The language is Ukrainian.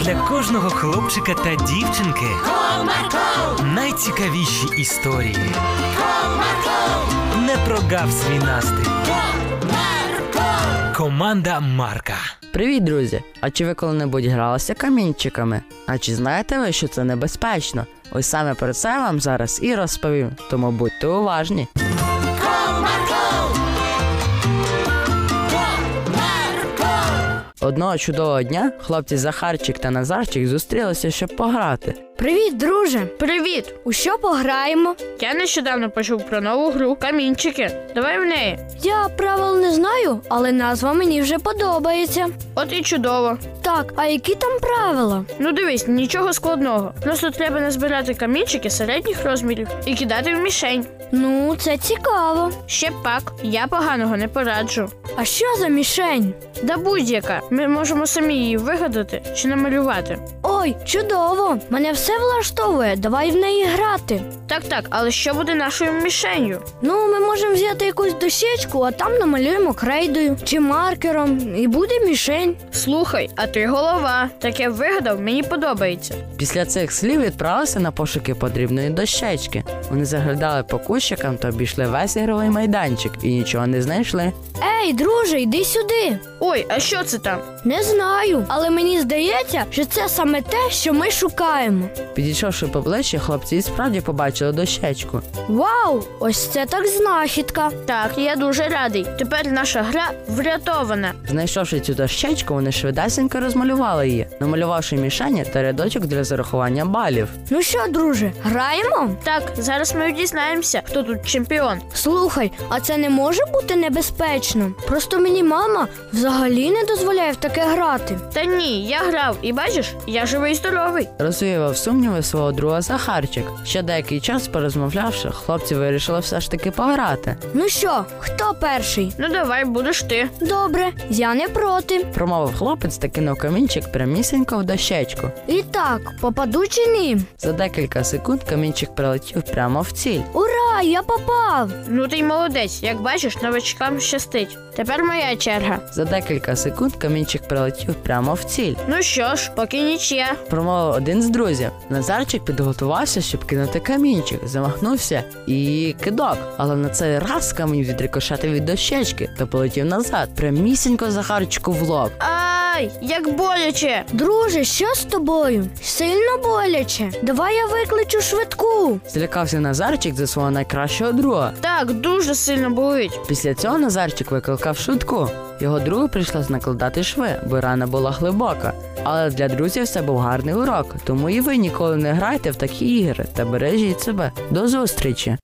для кожного хлопчика та дівчинки Comarco, найцікавіші історії. Comarco, Не прогав свій настрій. Comarco. Команда Марка. Привіт, друзі! А чи ви коли-небудь гралися камінчиками? А чи знаєте ви, що це небезпечно? Ось саме про це я вам зараз і розповім, тому будьте уважні. Одного чудового дня хлопці Захарчик та Назарчик зустрілися, щоб пограти. Привіт, друже! Привіт! У що пограємо? Я нещодавно почув про нову гру камінчики. Давай в неї. Я правил не знаю, але назва мені вже подобається. От і чудово. Так, а які там правила? Ну дивись, нічого складного. Просто треба назбирати камінчики середніх розмірів і кидати в мішень. Ну, це цікаво. Ще б пак, я поганого не пораджу. А що за мішень? Да будь-яка, ми можемо самі її вигадати чи намалювати. Ой, чудово! Мене все влаштовує, давай в неї грати. Так, так, але що буде нашою мішенью? Ну, ми можемо взяти якусь дощечку, а там намалюємо крейдою чи маркером, і буде мішень. Слухай, а ти голова. Таке вигадав, мені подобається. Після цих слів відправилися на пошуки потрібної дощечки. Вони заглядали по кущикам та обійшли весь ігровий майданчик і нічого не знайшли. Ей, друже, йди сюди. Ой, а що це там? Не знаю, але мені здається, що це саме те, що ми шукаємо. Підійшовши поближче, хлопці і справді побачили дощечку. Вау! Ось це так знахідка. Так, я дуже радий. Тепер наша гра врятована. Знайшовши цю дощечку, вони швидесенько розмалювали її, намалювавши мішені та рядочок для зарахування балів. Ну що, друже, граємо? Так, зараз ми дізнаємося, хто тут чемпіон. Слухай, а це не може бути небезпечно. Просто мені мама взагалі не дозволяє в таке грати. Та ні, я грав, і бачиш, я живий і здоровий. Розвіював сумніви свого друга Захарчик. Ще деякий час порозмовлявши, хлопці вирішили все ж таки пограти. Ну що, хто перший? Ну давай, будеш ти. Добре, я не проти. Промовив хлопець та кинув камінчик прямісінько в дощечку. І так, попаду чи ні? За декілька секунд камінчик прилетів прямо в ціль. Ура, я попав! Ну ти й молодець, як бачиш, новачкам щастить. Тепер моя черга. За декілька секунд камінчик прилетів прямо в ціль. Ну що ж, поки нічия. Промовив один з друзів. Назарчик підготувався, щоб кинути камінчик, замахнувся і кидок. Але на цей раз камінь відрикошетив від дощечки та полетів назад, прямісінько Захарчику в лоб. Ай, як боляче! Друже, що з тобою? Сильно боляче. Давай я викличу швидку. Злякався Назарчик за свого найкращого друга. Так, дуже сильно болить. Після цього Назарчик викликав швидку. Його другу прийшлось накладати шви, бо рана була глибока. Але для друзів це був гарний урок, тому і ви ніколи не грайте в такі ігри та бережіть себе. До зустрічі!